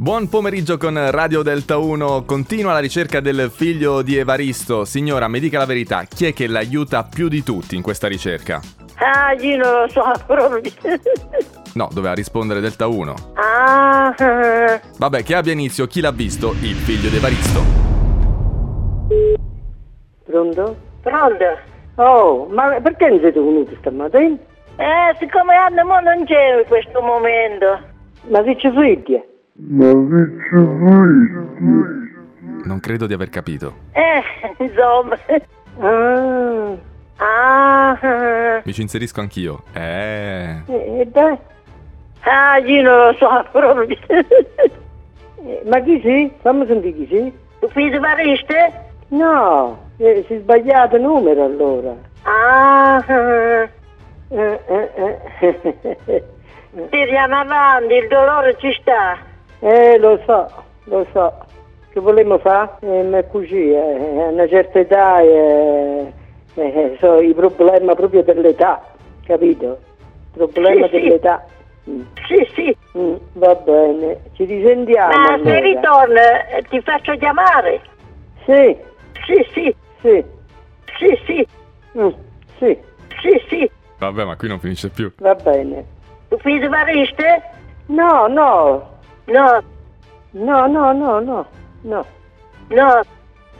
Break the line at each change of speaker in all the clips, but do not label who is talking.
Buon pomeriggio con Radio Delta 1, continua la ricerca del figlio di Evaristo. Signora, mi dica la verità, chi è che l'aiuta più di tutti in questa ricerca?
Ah, io non lo so, proprio.
No, doveva rispondere Delta 1.
Ah, eh.
Vabbè, che abbia inizio chi l'ha visto? Il figlio di Evaristo.
Pronto?
pronto?
Oh, ma perché non siete venuti stamattina?
Eh, siccome Anna mo non c'è in questo momento.
Ma che c'è fredda?
Non credo di aver capito.
Eh, insomma.
Ah,
Ah, eh.
Mi ci inserisco anch'io. Eh.
e, e dai,
ah, io non lo so, proprio.
Eh, ma chi sei? Fammi sentire chi sei.
Tu figlio di Variste?
No, eh, si è sbagliato il numero allora.
Ah, eh.
Eh, eh, eh.
tiriamo avanti, il dolore ci sta.
Eh, lo so, lo so. Che volevamo fare? Eh, ma è così, eh, a una certa età eh, eh, so, i problemi proprio dell'età, capito? Problema
Sì, sì.
dell'età. Mm.
Sì, sì,
Mm, va bene, ci risentiamo.
ma
Ah, allora.
se ritorna eh, ti faccio chiamare.
Sì,
Sì, sì,
sì,
sì, sì,
mm, sì,
sì, sì.
Vabbè, ma qui non finisce più.
va bene.
Tu figlio di Variste?
No, no,
No,
no, no, no, no, no,
no.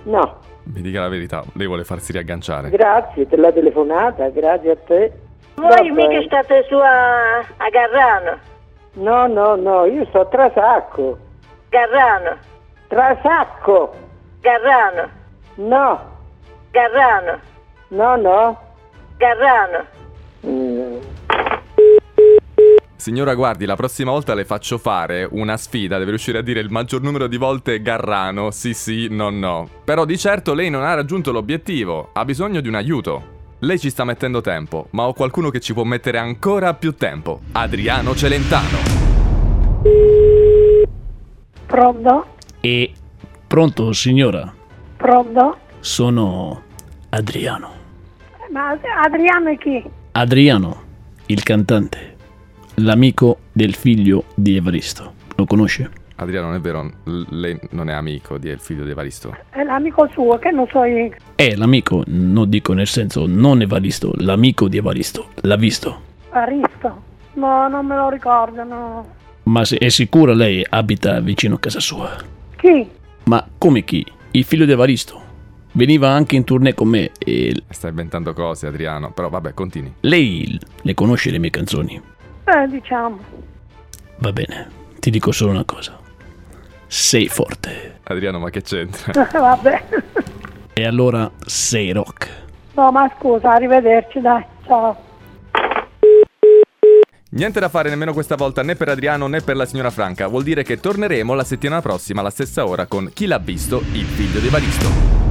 no.
Mi dica la verità, lei vuole farsi riagganciare.
Grazie per la telefonata, grazie a te.
Voi
Va
mica
bene.
state su a, a Garrano.
No, no, no, io sto tra sacco,
Garrano,
tra sacco.
Garrano,
No,
Garrano,
no, no.
Garrano.
Mm.
Signora, guardi, la prossima volta le faccio fare una sfida, deve riuscire a dire il maggior numero di volte Garrano, sì sì, no no. Però di certo lei non ha raggiunto l'obiettivo, ha bisogno di un aiuto. Lei ci sta mettendo tempo, ma ho qualcuno che ci può mettere ancora più tempo. Adriano Celentano.
Pronto?
E pronto signora,
Pronto? Eh,
sono Adriano.
Ma Adriano è chi?
Adriano, il cantante, l'amico del figlio di Evaristo. Lo conosce?
Adriano, non è vero, l- lei non è amico di il figlio di Evaristo.
È l'amico suo, che non so io.
È l'amico, non dico nel senso non Evaristo, l'amico di Evaristo, l'ha visto.
Aristo. No, non me lo ricordo, no.
Ma se- è sicura lei abita vicino a casa sua?
Chi?
Ma come chi? Il figlio di Evaristo. Veniva anche in tournée con me e
Sta inventando cose, Adriano, però vabbè, continui.
lei le conosce le mie canzoni.
Eh, diciamo.
Va bene, ti dico solo una cosa. Sei forte.
Adriano, ma che c'entra?
Vabbè.
E allora sei rock.
No, ma scusa, arrivederci, dai. Ciao.
Niente da fare nemmeno questa volta né per Adriano né per la signora Franca, vuol dire che torneremo la settimana prossima alla stessa ora con Chi l'ha visto, il figlio di Evaristo.